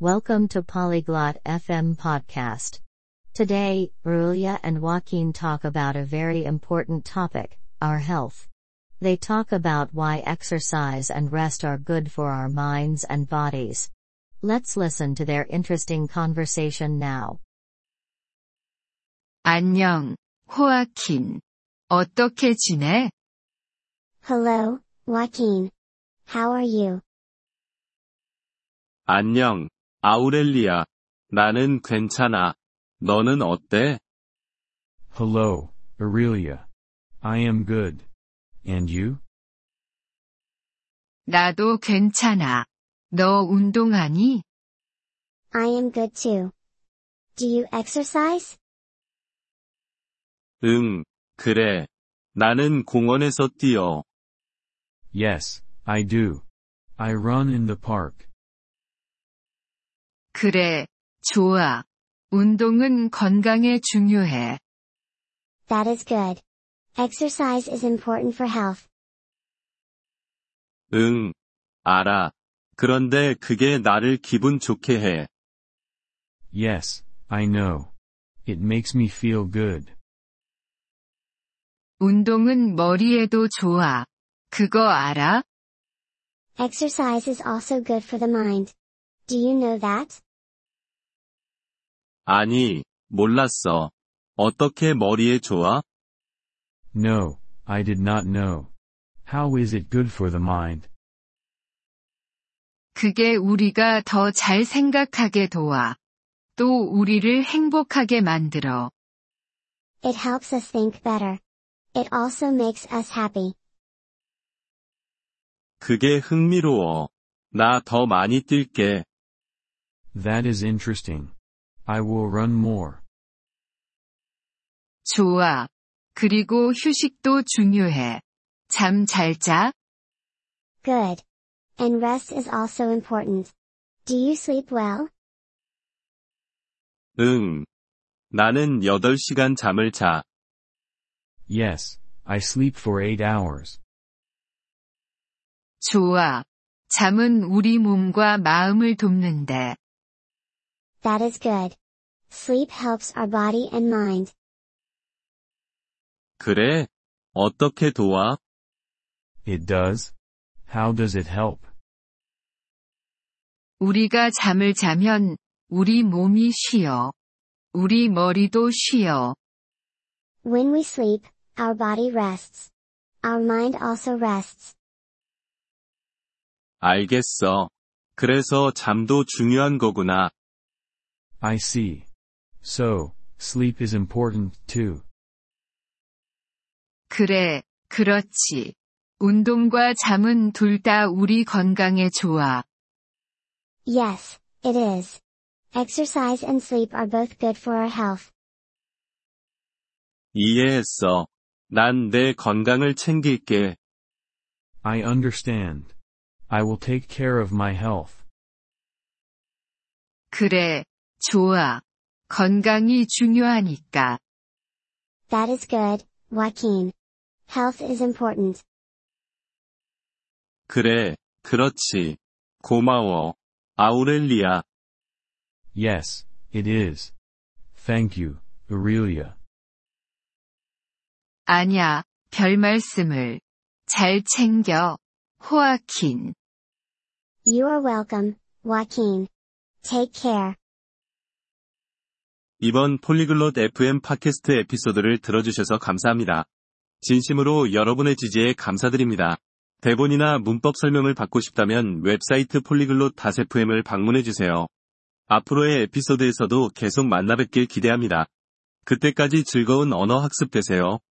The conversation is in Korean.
Welcome to Polyglot FM podcast. Today, Rulia and Joaquin talk about a very important topic, our health. They talk about why exercise and rest are good for our minds and bodies. Let's listen to their interesting conversation now. 안녕, 호아킨. 어떻게 지내? Hello, Joaquin. How are you? 안녕, 아우렐리아. 나는 괜찮아. 너는 어때? Hello, Aurelia. I am good. And you? 나도 괜찮아. 너 운동하니? I am good too. Do you exercise? 응, 그래. 나는 공원에서 뛰어. Yes, I do. I run in the park. 그래, 좋아. 운동은 건강에 중요해. That is good. Exercise is important for health. 응, 알아. 그런데 그게 나를 기분 좋게 해. Yes, I know. It makes me feel good. 운동은 머리에도 좋아. 그거 알아? Exercise is also good for the mind. Do you know that? 아니, 몰랐어. 어떻게 머리에 좋아? No, I did not know. How is it good for the mind? 그게 우리가 더 잘 생각하게 도와. 또 우리를 행복하게 만들어. It helps us think better. It also makes us happy. 그게 흥미로워. 나 더 많이 뛸게. That is interesting. I will run more. 좋아. 그리고 휴식도 중요해. 잠 잘 자? Good. And rest is also important. Do you sleep well? 응. 나는 8시간 잠을 자. Yes, I sleep for eight hours. 좋아. 잠은 우리 몸과 마음을 돕는데. That is good. Sleep helps our body and mind. 그래? 어떻게 도와? It does? How does it help? 우리가 잠을 자면 우리 몸이 쉬어. 우리 머리도 쉬어. When we sleep, our body rests. Our mind also rests. 알겠어. 그래서 잠도 중요한 거구나. I see. So, sleep is important too. 그래, 그렇지. 운동과 잠은 둘 다 우리 건강에 좋아. Yes, it is. Exercise and sleep are both good for our health. 이해했어. 난 내 건강을 챙길게. I understand. I will take care of my health. 그래, 좋아. 건강이 중요하니까. That is good, Joaquin. Health is important. 그래, 그렇지. 고마워. 아우렐리아, Yes, it is. Thank you, Aurelia. 아냐, 별 말씀을. 잘 챙겨. 호아킨. You are welcome, Joaquin. Take care. 이번 폴리글롯 FM 팟캐스트 에피소드를 들어주셔서 감사합니다. 진심으로 여러분의 지지에 감사드립니다. 대본이나 문법 설명을 받고 싶다면 웹사이트 폴리글롯 FM을 방문해주세요. 앞으로의 에피소드에서도 계속 만나뵙길 기대합니다. 그때까지 즐거운 언어 학습 되세요.